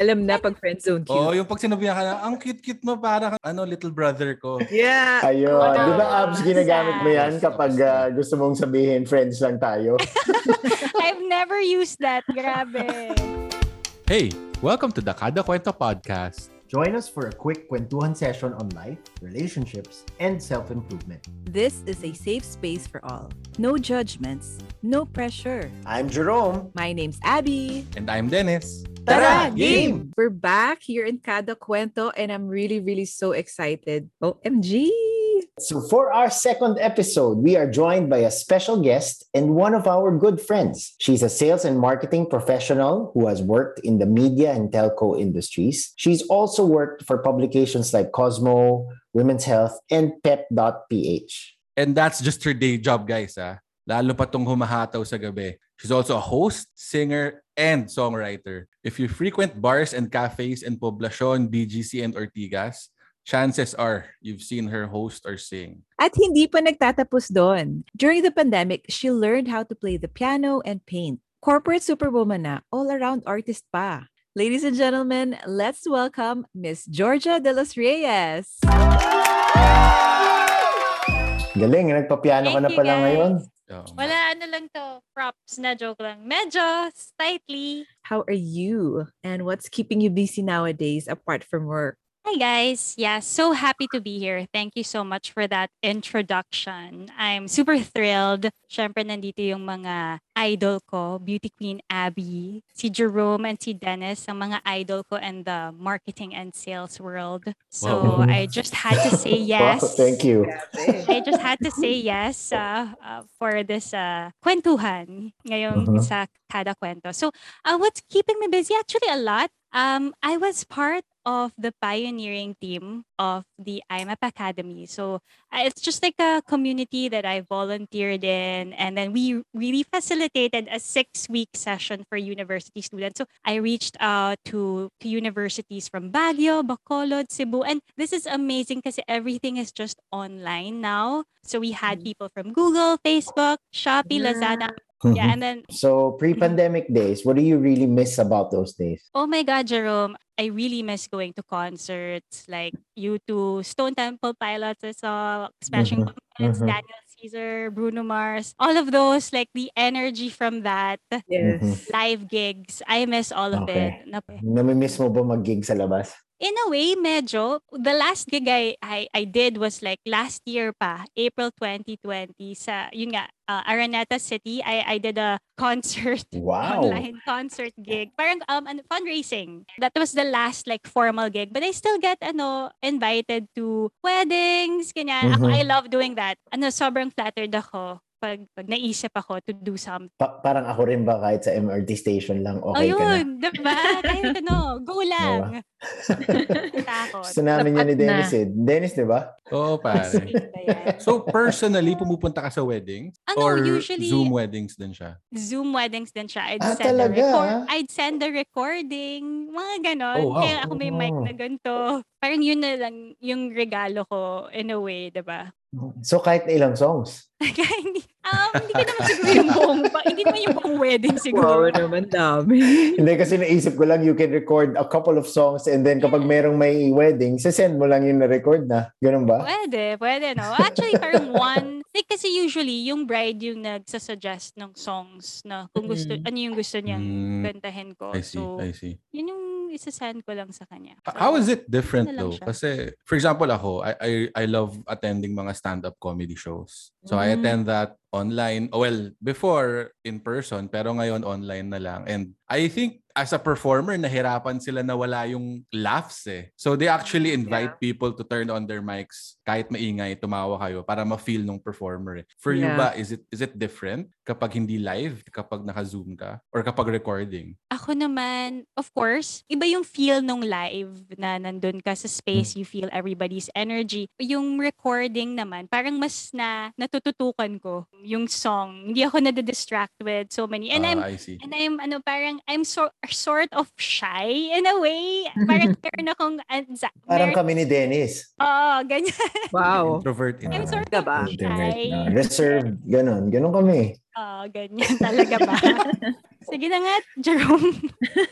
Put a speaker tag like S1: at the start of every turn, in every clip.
S1: Alam na pag friendzone cute.
S2: Oo, Oh, yung pag sinabihan ka na, ang cute-cute mo, para kang, ano, little brother ko.
S1: Yeah.
S3: Ayun.
S4: Oo.
S3: Di ba, abs, ginagamit mo yan
S2: Yes,
S3: kapag
S2: abs.
S5: uh,
S3: ah, gusto mong sabihin friends lang tayo?
S4: I've never used that. Grabe.
S2: Hey, welcome to the Kada Kwento Podcast.
S5: Join us for a quick kwentuhan session on life, relationships, and self-improvement.
S6: This is a safe space for all. No judgments, no pressure.
S5: I'm Jerome.
S6: My name's Abby.
S2: And I'm Dennis.
S5: Tara,
S2: game!
S1: We're back here in Kada Kwento and I'm really, really so excited. OMG!
S5: So for our second episode, we are joined by a special guest and one of our good friends. She's a sales and marketing professional who has worked in the media and telco industries. She's also worked for publications like Cosmo, Women's Health, and Pep.ph.
S2: And that's just her day job, guys. Ah. Lalo pa tong humahataw sa gabi. She's also a host, singer, and songwriter. If you frequent bars and cafes in Poblacion, BGC, and Ortigas, chances are you've seen her host or sing.
S6: At hindi pa nagtatapos doon. During the pandemic, she learned how to play the piano and paint. Corporate superwoman na, all-around artist pa. Ladies and gentlemen, let's welcome Miss Georgia De Los Reyes.
S3: Galing, nagpapiano Ano ka na
S4: Thank you,
S3: pala
S4: guys.
S3: ngayon.
S2: Oo nga.
S4: Wala, ano lang to. Props na joke lang. Medyo slightly.
S6: How are you? And what's keeping you busy nowadays apart from work?
S4: Hi guys. Yeah, so happy to be here. Thank you so much for that introduction. I'm super thrilled. Syempre nandito yung mga idol ko, beauty queen Abby, si Jerome and si Dennis, ang mga idol ko in the marketing and sales world. So
S3: Wow.
S4: I just had to say
S3: Wow,
S4: yes.
S3: thank you.
S4: I just had to say yes uh, uh, for this uh, kwentuhan ngayong
S3: Mhm.
S4: sa kada kwento. So, uh, what's keeping me busy? Actually, a lot. Um, I was part of the pioneering team of the IMAP Academy. So, uh, it's just like a community that I volunteered in. And then we really facilitated a six week session for university students. So I reached out to, to universities from Baguio, Bacolod, Cebu. And this is amazing because everything is just online now. So we had people from Google, Facebook, Shopee, Lazada.
S5: Mm-hmm.
S4: Yeah. And then
S5: So pre-pandemic days, what do you really miss about those days?
S4: Oh my God, Jerome, I really miss going to concerts like you two, Stone Temple Pilots, I saw
S5: Mhm,
S4: Smashing Pumpkins,
S5: mhm.
S4: Daniel Caesar, Bruno Mars, all of those, like the energy from that,
S1: Yes.
S3: Mhm.
S4: live gigs, I miss all of
S5: Okay.
S4: it. Nap-
S5: Namimiss mo ba mag-gig sa labas?
S4: In a way, medyo, the last gig I, I, I did was like last year pa, April 2020, sa, yun nga, uh, Araneta City, I, I did a concert
S5: Wow.
S4: online concert gig. Parang um, ano, fundraising. That was the last like formal gig. But I still get ano, invited to weddings, ganyan. Ako,
S5: Mhm.
S4: I love doing that. Ano, sobrang flattered ako pag, pag naisip ako to do something.
S5: Pa- parang ako rin ba kahit sa MRT station lang okay ka na?
S4: Ayun, diba? Kahit ano, go lang. Takot.
S5: Gusto namin yun
S1: Sapat
S5: ni
S1: na.
S5: Dennis eh. Dennis, di ba?
S2: Oo, Oh, pare.
S4: Sweet ba yan?
S2: So personally, pumupunta ka sa weddings?
S4: Ano,
S2: or
S4: usually-
S2: Zoom weddings din siya?
S4: Zoom weddings din siya. I'd
S5: Ah,
S4: send the
S5: talaga,
S4: record.
S5: ah?
S4: I'd send the recording. Mga ganon.
S2: Oh, wow.
S4: Kaya ako may mic
S5: Oh.
S4: na ganito. Parang yun na lang yung regalo ko in a way, diba?
S5: So kahit ilang songs.
S4: Kaya hindi, um, hindi ko naman siguro yung buong, pa- hindi naman yung buong wedding
S1: Wow
S4: siguro.
S1: naman dami.
S5: Hindi kasi naisip ko lang you can record a couple of songs and then kapag merong may wedding, sasend mo lang yung na-record na. Ganun ba?
S4: Pwede, pwede, no? Actually, parang one, like, kasi usually, yung bride yung nagsasuggest ng songs na kung gusto,
S1: Mm.
S4: ano yung gusto niyang
S2: Mm,
S4: kantahin ko.
S2: I see,
S4: So,
S2: I see.
S4: yun yung isasend ko lang sa kanya.
S2: H- How is it different
S4: ano lang
S2: though?
S4: siya.
S2: Kasi for example ako, I I, I love attending mga stand-up comedy shows. So I
S1: Mm.
S2: attend that online. oh, Well, before in person, pero ngayon online na lang. And I think as a performer nahirapan sila na wala yung laughs eh. So they actually invite people to turn on their mics kahit maingay, tumawa kayo para ma-feel nung performer. eh. For you
S1: Yeah.
S2: ba is it is it different kapag hindi live, kapag naka-Zoom ka or kapag recording?
S4: Ako naman, of course, iba yung feel nung live na nandun ka sa space, you feel everybody's energy. Yung recording naman, parang mas na natututukan ko yung song. Hindi ako nadidistract with so many. And
S2: Ah,
S4: I'm
S2: I see.
S4: And I'm ano parang I'm so, sort of shy in a way. Parang meron akong anxiety.
S5: Parang kami ni Dennis.
S4: Oo, ganyan.
S1: Wow.
S2: Introvert.
S5: I'm
S4: I'm
S2: introvert.
S4: sort
S1: Ka
S4: of
S1: ba?
S4: shy.
S5: Reserved. Ganun. Ganun kami.
S4: Ah, ganyan talaga ba? Sige na nga, Jerome.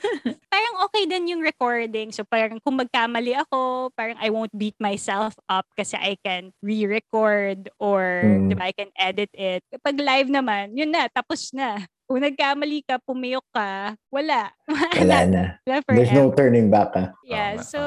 S4: parang okay din yung recording. So parang kung magkamali ako, parang I won't beat myself up kasi I can re-record or
S5: Mm.
S4: di ba, I can edit it. Kapag live naman, yun na, tapos na. Kung nagkamali ka, pumiyok ka, wala.
S5: Wala na.
S4: Wala
S5: There's no
S4: forever.
S5: turning back, ah.
S4: Yeah,
S2: Tama,
S4: so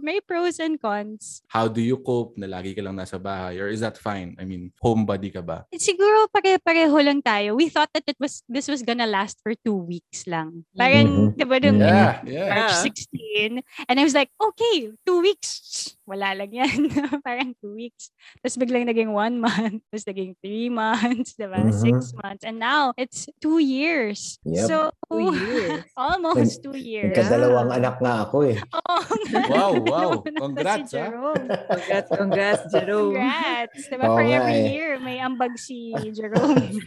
S4: may pros and cons.
S2: How do you cope na lagi ka lang nasa bahay? Or is that fine? I mean, homebody ka ba?
S4: siguro pare-pareho lang tayo. We thought that it was this was gonna last for two weeks lang.
S5: Mm-hmm.
S4: Parang, diba nung
S3: Yeah.
S2: Mm-hmm. Yeah.
S4: March
S1: Yeah.
S4: 16. And I was like, okay, two weeks. Wala lang yan. Parang two weeks. Tapos biglang naging one month. Tapos naging three months. Diba?
S5: Mhm.
S4: Six months. And now, it's two years.
S5: Yep.
S4: So,
S1: Two years.
S4: almost two years. Oh,
S5: Nagkadalawang anak nga ako eh.
S4: Oo nga.
S2: Wow, wow.
S4: Dalawa na si
S2: Congrats, ah.
S4: Jerome.
S1: Congrats, congrats, Jerome.
S4: Congrats. Diba?
S5: Oo
S4: For
S5: nga
S4: every
S5: eh.
S4: year, may ambag si Jerome.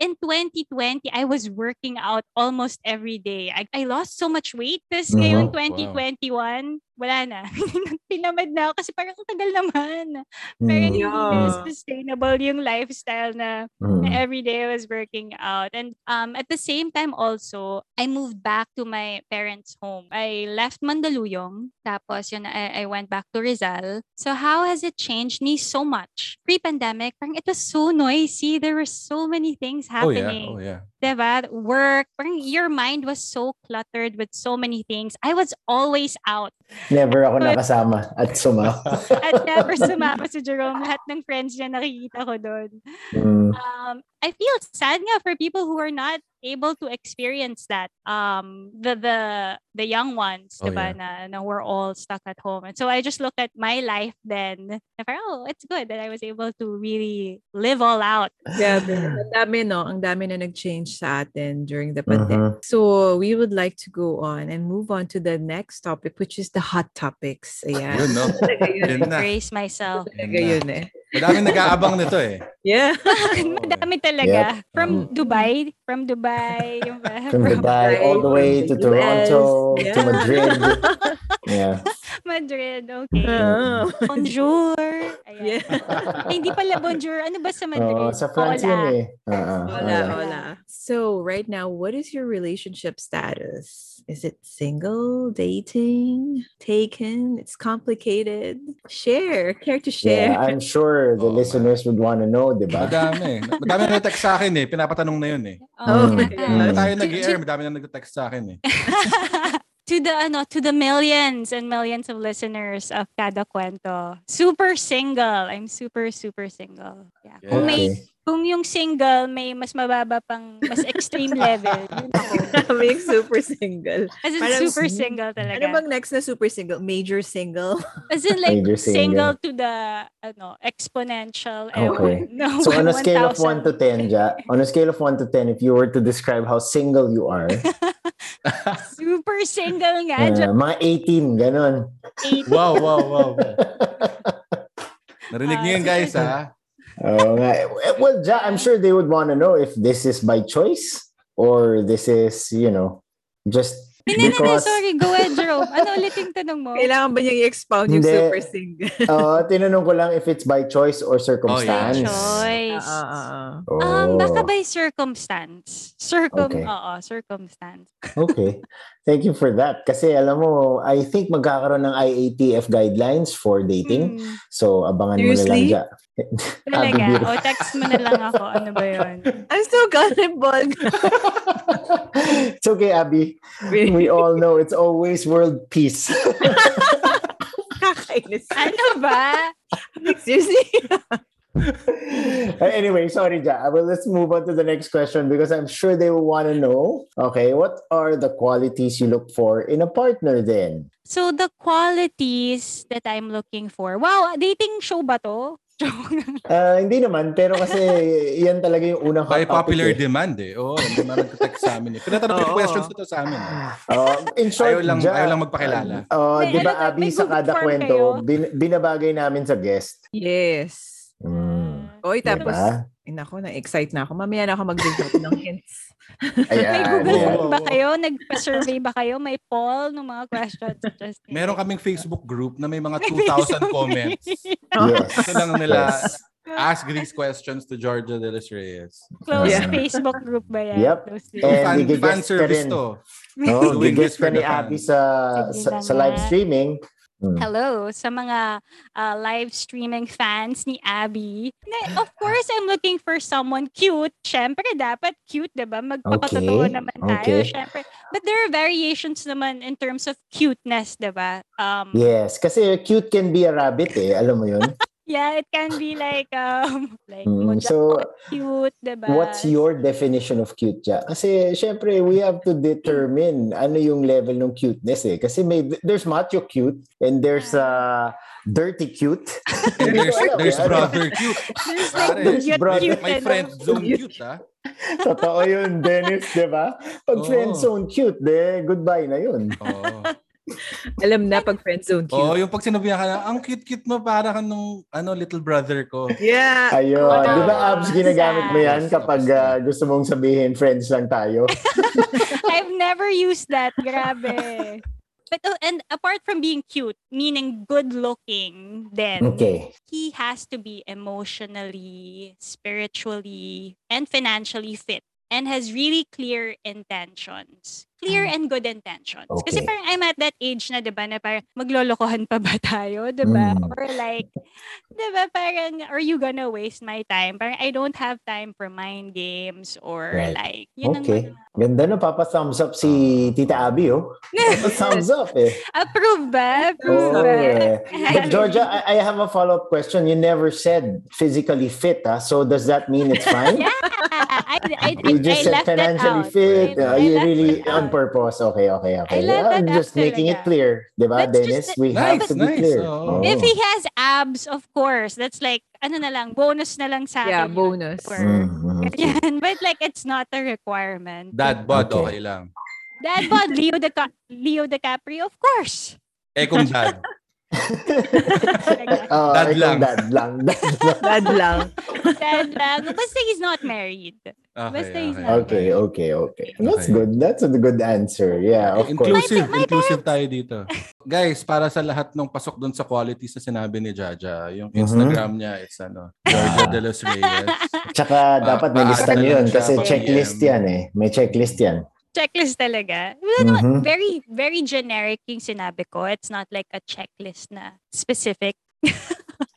S4: in 2020, I was working out almost every day. I, I lost so much weight. Tapos
S5: Mhm.
S4: ngayon, 2021, wala na. Pinamad na ako kasi parang ang tagal naman. Parang
S5: Mm,
S4: hindi
S1: Yeah.
S4: na sustainable yung lifestyle na
S5: mm.
S4: na every day I was working out. And um, at the same time also, I moved back to my parents' home. I left Mandaluyong. Tapos yun, I, I went back to Rizal. So how has it changed me so much? Pre-pandemic, parang it was so noisy. There were so many things
S2: Oh yeah,
S4: happening.
S2: oh yeah.
S4: Diba? Work. Parang your mind was so cluttered with so many things. I was always out.
S5: Never ako nakasama at suma.
S4: At never sumama si Jerome. Lahat ng friends niya nakikita ko doon.
S5: Mm,
S4: um, I feel sad nga for people who are not able to experience that. Um, the the the young ones,
S2: Oh,
S4: diba, na, na we're all stuck at home. And so I just look at my life then. And parang, oh, it's good that I was able to really live all out.
S1: Grabe. Ang dami, no? Ang dami na nag-change sa atin during the pandemic.
S5: mhm.
S1: So, we would like to go on and move on to the next topic, which is the hot topics. Ayan.
S2: Yun, no?
S1: Talaga yun.
S2: Yun na.
S4: Embrace myself.
S1: Talaga yun, eh.
S2: Madaming nag-aabang nito eh.
S1: Yeah.
S4: Madami talaga. From Dubai. From Dubai. yung ba?
S5: Mm. From Dubai all the way to
S1: From the
S5: Toronto,
S1: US,
S5: to
S1: yeah.
S5: Madrid. Yeah.
S4: Madrid. Okay.
S1: Ah.
S4: Bonjour.
S1: Yeah.
S4: Ayan. Ay, hindi pala bonjour. Ano ba sa
S5: Oo,
S4: Madrid?
S5: sa France
S4: Hola.
S5: yun eh. Oo,
S1: Hola,
S5: hola.
S1: hola. So, right now, what is your relationship status? Is it single, dating, taken? It's complicated. Share. Care to
S5: Yeah,
S1: share.
S5: I'm sure the
S2: Oo,
S5: listeners would want to know, di ba?
S2: Madami. Madami na nag-text sa akin eh. Pinapatanong na yun eh.
S4: Oh,
S5: Mm.
S4: yeah.
S2: Kaya tayo
S4: Mm.
S2: nag-air, madami na nag-text sa akin eh.
S4: to the ano to the millions and millions of listeners of Kada Kwento. Super single. I'm super super single. Yeah. Kung may
S5: Okay.
S4: kung yung single may mas mababa pang mas extreme level. Yun ako.
S1: Being super single.
S4: As in
S1: Parang
S4: super
S1: sin-
S4: single
S1: Ano
S4: talaga.
S1: bang next na super single? Major single?
S4: As in like
S5: Major single.
S4: single to the ano exponential
S5: Okay.
S4: ewan. No,
S5: So on a scale of 1
S4: 1,000.
S5: to 10, Ja, on a scale of 1 to 10, if you were to describe how single you are,
S4: super single nga.
S5: uh,
S4: just
S5: mga 18, ganun.
S4: eight.
S2: Wow, wow, wow. wow. Narinig niyo yun guys ah. ha.
S5: Oo nga. Eh, Well, Ja, I'm sure they would want to know if this is by choice or this is, you know, just
S4: Hindi, hindi,
S5: because...
S4: sorry. Go ahead, Jerome. Ano ulit yung tanong mo?
S1: Kailangan ba niyang i-expound yung
S5: Hindi.
S1: super single?
S5: Oo, tinanong ko lang if it's by choice or
S4: By
S5: circumstance.
S4: Oh, choice.
S1: Ah, ah, ah.
S5: Oh,
S4: Um, baka by circumstance. Circum,
S5: Okay.
S4: oo, circumstance.
S5: okay. Thank you for that. Kasi alam mo, I think magkakaroon ng IATF guidelines for dating.
S4: Mm,
S1: Hmm.
S5: So, abangan mo na lang
S1: Seriously?
S5: dyan. Ah,
S4: talaga.
S5: Abigail.
S4: O, text mo na lang ako. Ano ba yun?
S1: I'm so gullible.
S5: it's okay, Abby. We all know it's always world peace.
S1: Kakainis.
S4: Ano ba?
S1: Seriously?
S5: Uh, anyway, sorry, Ja. Well, let's move on to the next question because I'm sure they will want to know. Okay, what are the qualities you look for in a partner then?
S4: So, the qualities that I'm looking for. Wow, dating show ba to? Joke.
S5: Uh, hindi naman, pero kasi yan talaga yung unang hot
S2: By
S5: topic
S2: popular
S5: eh.
S2: demand eh. Oo, oh, mga nag-text sa amin eh. Pinatanong ko
S1: Oo.
S2: yung questions na to sa amin. eh.
S5: Oh, in short,
S2: Ayaw lang,
S5: Ja,
S2: ayaw lang magpakilala.
S5: Oh,
S4: May
S5: di ba,
S4: ano,
S5: Abby,
S4: may
S5: sa
S4: Google
S5: kada
S4: form
S5: kwento,
S4: kayo?
S5: bin- binabagay namin sa guest.
S1: Yes.
S5: Mm.
S1: Oy, tapos,
S5: Diba?
S1: ay, nako, na-excite na ako. Mamaya na ako mag-develop ng hints.
S5: Ayan.
S4: May Google
S5: yeah.
S4: form ba kayo? Nagpa-survey ba kayo? May poll ng mga questions? Just
S2: Meron kaming Facebook group na may mga
S4: May
S2: 2,000
S4: Facebook
S2: comments.
S4: page.
S5: Yes.
S2: Gusto lang nila,
S5: Yes.
S2: ask these questions to Georgia de los Reyes.
S4: Close
S1: Yeah.
S4: Facebook group ba yan?
S5: Yep.
S4: Close
S5: And
S2: fan,
S5: gigigets
S2: fan
S5: ka
S2: service
S5: rin.
S2: to.
S5: Oh,
S2: Doing
S5: gigis
S2: this
S5: ka
S2: for
S5: ni
S2: the fans.
S5: Abby sa,
S4: Sige
S5: sa, sa
S4: na
S5: live
S4: nga.
S5: streaming. Hmm. Mm.
S4: Hello sa mga uh, live streaming fans ni Abby. Na,
S5: Ah.
S4: of course, I'm looking for someone cute. Siyempre, dapat cute, di ba? Magpapatotoo
S5: Okay,
S4: naman tayo,
S5: okay.
S4: syempre. But there are variations naman in terms of cuteness, di ba? Um,
S5: Yes, kasi cute can be a rabbit eh. Alam mo yun?
S4: Yeah, it can be like, um, like,
S5: Mm,
S4: mojo
S5: so,
S4: cute, diba?
S5: What's your definition of cute ja? Kasi syempre we have to determine ano yung level ng cuteness eh. Kasi may there's macho cute and there's uh, dirty cute.
S2: And
S5: Hindi ko
S2: there's,
S5: alam
S2: there's
S5: eh. Ano-
S2: brother cute.
S4: There's
S2: Pare,
S4: like, cute,
S5: brother-
S4: cute,
S2: My
S4: ano?
S2: friend zone cute, ah.
S5: Totoo yun, Dennis, di ba? Pag
S2: Oo.
S5: friend zone cute, de, goodbye na yun.
S2: Oo.
S1: Alam na pag friendzone cute.
S2: Oo, yung pag sinabihan ka na, ang cute-cute mo, para ka nung ano, little brother ko.
S1: Yeah.
S5: Ayun.
S4: Oo.
S5: Di ba, Abs, ginagamit mo yan kapag uh, gusto mong sabihin friends lang tayo?
S4: I've never used that. Grabe. But, oh, and apart from being cute, meaning good looking, then
S5: Okay.
S4: he has to be emotionally, spiritually, and financially fit and has really clear intentions. Clear and good intentions. Kasi
S5: Mm. Okay.
S4: parang I'm at that age na, di ba, na parang maglolokohan pa ba tayo, di ba?
S5: Mm.
S4: Or like, di ba, parang, are you gonna waste my time? Parang I don't have time for mind games or
S5: Right.
S4: like, yun ang
S5: Okay.
S4: mga-
S5: Ganda no, Papa Thumbs Up si Tita Abby, oh. Papa Thumbs Up, eh.
S4: Approve ba? Approve
S5: Oh,
S4: ba?
S5: eh. But Georgia, I, I have a follow-up question. You never said physically fit, ah. So does that mean it's fine?
S4: Yeah, I, I, I,
S5: You just
S4: I
S5: said
S4: left that
S5: financially
S4: out.
S5: fit.
S4: I-
S5: Uh,
S4: I
S5: you
S4: left
S5: really
S4: that out.
S5: on purpose. Okay, okay, okay.
S4: left
S5: I'm
S4: that
S5: just
S4: out
S5: making it
S4: talaga.
S5: clear, di ba,
S4: That's
S5: Dennis?
S4: just-
S5: We have
S2: Nice,
S5: to be
S2: nice. Oh.
S5: clear.
S2: Oo.
S5: Oh.
S4: If he has abs, of course, that's like, ano na lang, bonus na lang sa
S1: Yeah,
S4: akin.
S1: bonus.
S4: Or,
S5: Mm, mm.
S4: ganyan. But like, it's not a requirement.
S2: Dad bod,
S5: Okay.
S2: okay, lang.
S4: Dad bod, Leo, Dica- Leo DiCaprio, of course.
S2: Eh kung dad.
S4: Dad
S5: Oo,
S2: Dad
S5: ikaw,
S2: lang.
S5: Oh, Dad lang. Dad lang.
S1: Bad lang.
S4: lang. Basta he's not married.
S2: Okay,
S4: Basta he's
S2: okay.
S4: not.
S5: Okay, okay, okay. That's
S2: Okay.
S5: good. That's a good answer. Yeah, of course.
S2: Inclusive,
S4: My- my
S2: inclusive tayo dito. Guys, para sa lahat ng pasok doon sa quality sa sinabi ni Jaja, yung
S5: Mhm.
S2: Instagram niya, it's ano, Georgia de los Reyes. Pa-
S5: Tsaka dapat may lista
S2: paadala
S5: niyo yun
S2: lang siya
S5: kasi
S2: pag
S5: checklist
S2: PM.
S5: yan eh. May checklist yan.
S4: Checklist talaga. Wala naman.
S5: Mhm.
S4: Very, very generic yung sinabi ko. It's not like a checklist na specific.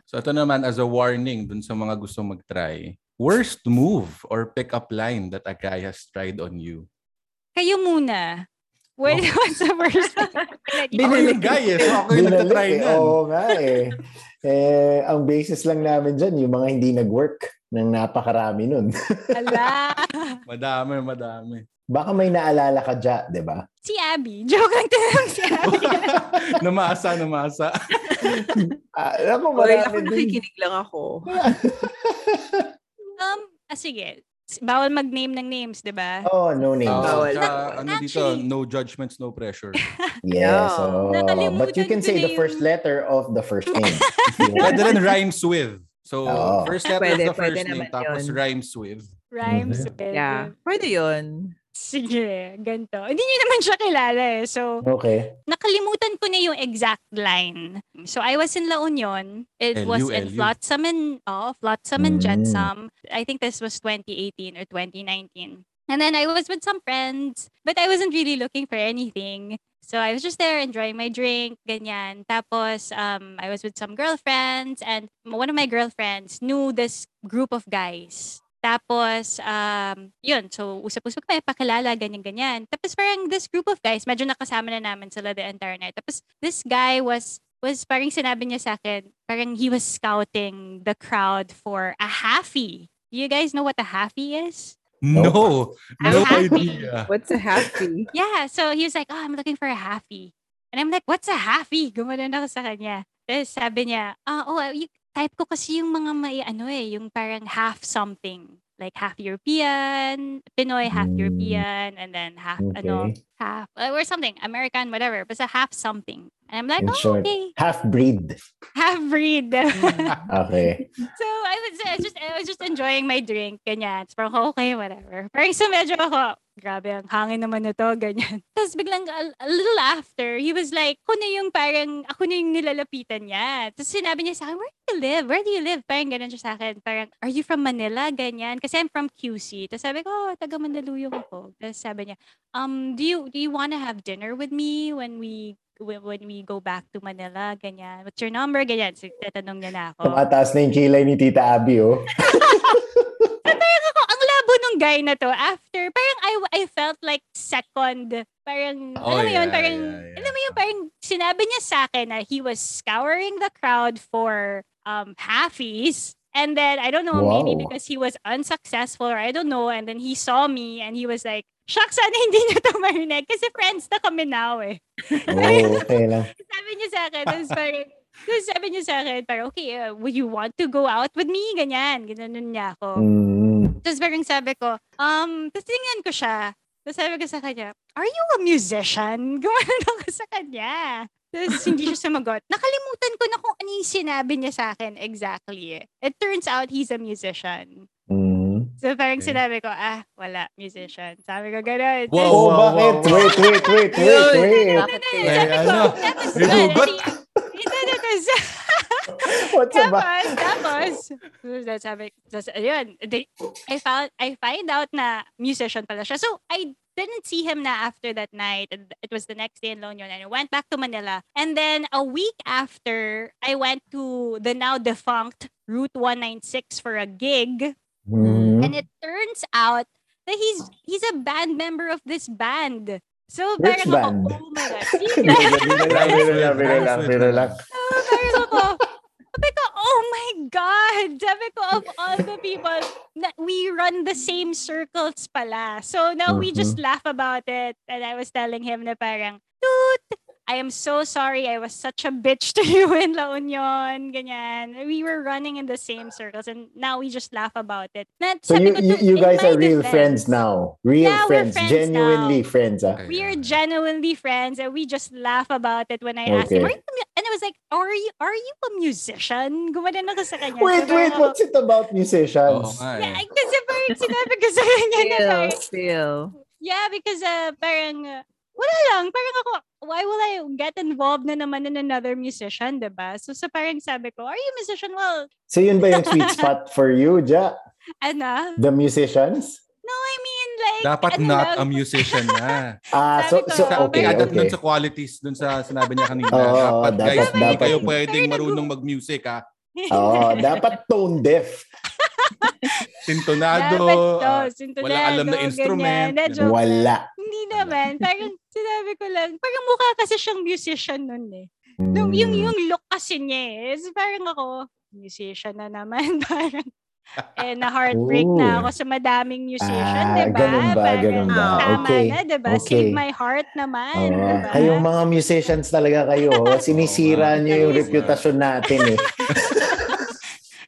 S2: So ito naman, as a warning dun sa mga gusto mag-try, worst move or pick-up line that a guy has tried on you.
S4: Kayo muna. What was the worst thing?
S2: Ako yung guy eh, so ako yung
S5: Binalik
S2: nagtatry
S5: eh.
S2: na.
S5: Oo nga eh. eh, ang basis lang namin dyan, yung mga hindi nag-work ng napakarami nun.
S4: Ala.
S2: Madami, madami.
S5: Baka may naalala ka dyan, di ba?
S4: Si Abby. Joke lang talaga si Abby.
S2: namasa, namasa.
S5: Ah, ako,
S1: Oy,
S5: marami
S1: ako
S5: din.
S1: nakikinig lang ako.
S4: Um, ah, sige. S- Bawal mag-name ng names, di ba?
S5: Oh, no names.
S2: Oh,
S1: Bawal.
S2: tsaka, ano dito,
S4: Actually-
S2: no judgments, no pressure.
S5: Yes.
S1: No.
S5: Oh.
S4: Nakalimutan
S5: But you can
S4: ko
S5: say
S4: na
S5: the first
S4: yung-
S5: letter of the first name.
S2: Pwede rin rhymes with. So,
S5: Oo.
S2: first letter
S1: Pwede,
S2: of the first
S1: pwede naman
S2: name, tapos
S1: yun.
S2: rhymes with.
S4: Rhymes. with-
S1: Yeah. Pwede yun.
S4: Sige, ganito. Hindi niyo naman siya kilala eh. So,
S5: Okay.
S4: nakalimutan ko na yung exact line. So, I was in La Union. It
S2: LU,
S4: was in
S2: LU.
S4: Flotsam and, oh, Flotsam and
S5: Mm.
S4: Jetsam. I think this was 2018 or 2019. And then I was with some friends, but I wasn't really looking for anything. So I was just there enjoying my drink, ganyan. Tapos um, I was with some girlfriends and one of my girlfriends knew this group of guys. Tapos, um, yun, so usap-usap kami, pakilala, ganyan-ganyan. Tapos parang this group of guys, medyo nakasama na namin sila the entire night. Tapos this guy was, was parang sinabi niya sa akin, parang he was scouting the crowd for a halfie. You guys know what a halfie is?
S2: No, no
S4: I'm happy.
S2: idea.
S1: What's a happy?
S4: Yeah, so he was like, oh, I'm looking for a halfie. And I'm like, what's a halfie? Gumanon ako sa kanya. Tapos sabi niya, ah, oh, y- type ko kasi yung mga may ano eh, yung parang half something. Like half European, Pinoy, half
S5: Mm.
S4: European, and then half ano,
S5: Okay.
S4: half, uh, or something, American, whatever. Basta half something. And I'm like,
S5: In
S4: oh,
S5: short.
S4: okay,
S5: Half-breed.
S4: half breed.
S5: Okay.
S4: So I was, I was just I was just enjoying my drink, ganyan. So, parang, okay, whatever. Parang so medyo ako, grabe, ang hangin naman nito, ganyan. Tapos biglang a, a little after, he was like, ako na yung parang, ako na yung nilalapitan niya. Tapos sinabi niya sa akin, where do you live? Where do you live? Parang ganun siya sa akin. Parang, are you from Manila? Ganyan. Kasi I'm from QC. Tapos sabi ko, oh, taga Mandaluyong ako. Tapos sabi niya, um, do you, do you want to have dinner with me when we when when we go back to Manila, ganyan. What's your number? Ganyan. So, tatanong niya na ako.
S5: Tumataas na yung kilay ni Tita Abby, oh.
S4: Ako, ang labo nung guy na to after, parang I, I felt like second, parang,
S2: Oh,
S4: alam mo yun,
S2: yeah,
S4: parang,
S2: yeah, yeah.
S4: alam mo yun, parang sinabi niya sa akin na he was scouring the crowd for um halfies. And then, I don't know, maybe
S5: Wow.
S4: because he was unsuccessful or I don't know. And then he saw me and he was like, Shucks, sana hindi niyo to marinig kasi friends na kami now eh.
S5: Oh, okay lang.
S4: sabi niya sa akin, tapos parang, tapos sabi niya sa akin, parang, okay, uh, would you want to go out with me? Ganyan, ginanon niya ako.
S5: Mm.
S4: Tapos parang sabi ko, um, tapos tingnan ko siya. Tapos sabi ko sa kanya, are you a musician? Gumanon ako sa kanya. Tapos hindi siya sumagot. Nakalimutan ko na kung ano yung sinabi niya sa akin exactly. eh. It turns out he's a musician.
S5: Mm.
S4: So parang
S2: Okay.
S4: sinabi ko, ah, wala, musician. Sabi ko, ganun.
S2: Wow,
S5: Oh,
S2: wow,
S5: bakit?
S2: wow, wow.
S5: Wait, wait, wait, wait,
S1: Yun.
S5: wait.
S1: Dapat
S4: Ganun,
S2: eh.
S4: sabi ko,
S2: Ano?
S4: that was good.
S2: Binugot.
S4: Ito, ito, ito.
S5: What's up?
S4: Tapos, tapos, tapos sabi, tapos, ayun, they, I found, I find out na musician pala siya. So, I didn't see him na after that night. And It was the next day in Lone Yun, and I went back to Manila. And then, a week after, I went to the now defunct Route 196 for a gig.
S5: Mm.
S4: And it turns out that he's he's a band member of this band. So,
S5: Which band?
S4: parang ako, oh my God.
S5: Biro lang, biro lang, biro lang, biro lang.
S4: Oo, parang ako, sabi ko, oh my God! Sabi ko, of all the people, na, we run the same circles pala. So now
S5: Mm-hmm.
S4: we just laugh about it. And I was telling him na parang, Toot! I am so sorry. I was such a bitch to you in La Union. Ganyan. We were running in the same circles and now we just laugh about it. Na,
S5: So you,
S4: sabi ko,
S5: you,
S4: "Dude,
S5: you
S4: in
S5: guys
S4: my
S5: are real
S4: defense,
S5: friends now. Real
S4: Yeah, we're
S5: friends.
S4: friends
S5: Genuinely
S4: now.
S5: friends. Ah.
S4: we are genuinely friends and we just laugh about it when I asked
S5: Okay.
S4: him, are you a mu-" and I was like, are you are you a musician? Gumanan ako sa kanya.
S5: Wait,
S4: Sabi
S5: wait,
S4: ko,
S5: what's it about musicians?
S2: Oo nga eh.
S4: Yeah, kasi parang sinabi ko sa kanya na
S1: Feel,
S4: parang,
S1: feel.
S4: yeah, because uh, parang, uh, wala lang, parang ako, why will I get involved na naman in another musician, 'di ba? So, so parang sabi ko, are you a musician? Well,
S5: So yun ba yung sweet spot for you, Ja?
S4: ano?
S5: The musicians?
S4: No, I mean, like,
S2: Dapat
S4: ano
S2: not a
S4: lang,
S2: musician na.
S5: Ah, so,
S4: Sabi ko,
S5: so
S2: Sa,
S5: okay,
S2: i-adapt
S5: okay.
S2: dun sa qualities dun sa sinabi niya kanina.
S5: Oo,
S2: dapat,
S5: dapat-
S2: guys, hindi
S5: dapat.
S2: kayo pwedeng
S4: Pero nag-
S2: marunong mag-music ah. ha.
S5: Oo, dapat tone deaf.
S2: Sintonado.
S4: Dapat to,
S2: ah,
S4: sintonado,
S2: wala alam na
S4: ganyan.
S2: instrument.
S4: Na joke lang.
S5: Wala.
S4: Hindi naman. Parang sinabi ko lang, parang mukha kasi siyang musician nun eh. Nung,
S5: Hmm.
S4: yung, yung look kasi niya eh. So, parang ako, musician na naman. parang, eh, na-heartbreak na
S5: Ooh.
S4: ako sa madaming musician,
S5: Ah,
S4: diba?
S5: ganun ba, ganun ba?
S1: Ah,
S4: Tama
S5: Okay.
S4: na, diba?
S5: okay.
S4: Save my heart naman,
S5: Oo.
S4: diba?
S5: Kayong mga musicians talaga kayo. oh. Sinisira
S2: Oo nga.
S5: niyo yung
S2: Yes.
S5: reputasyon natin eh.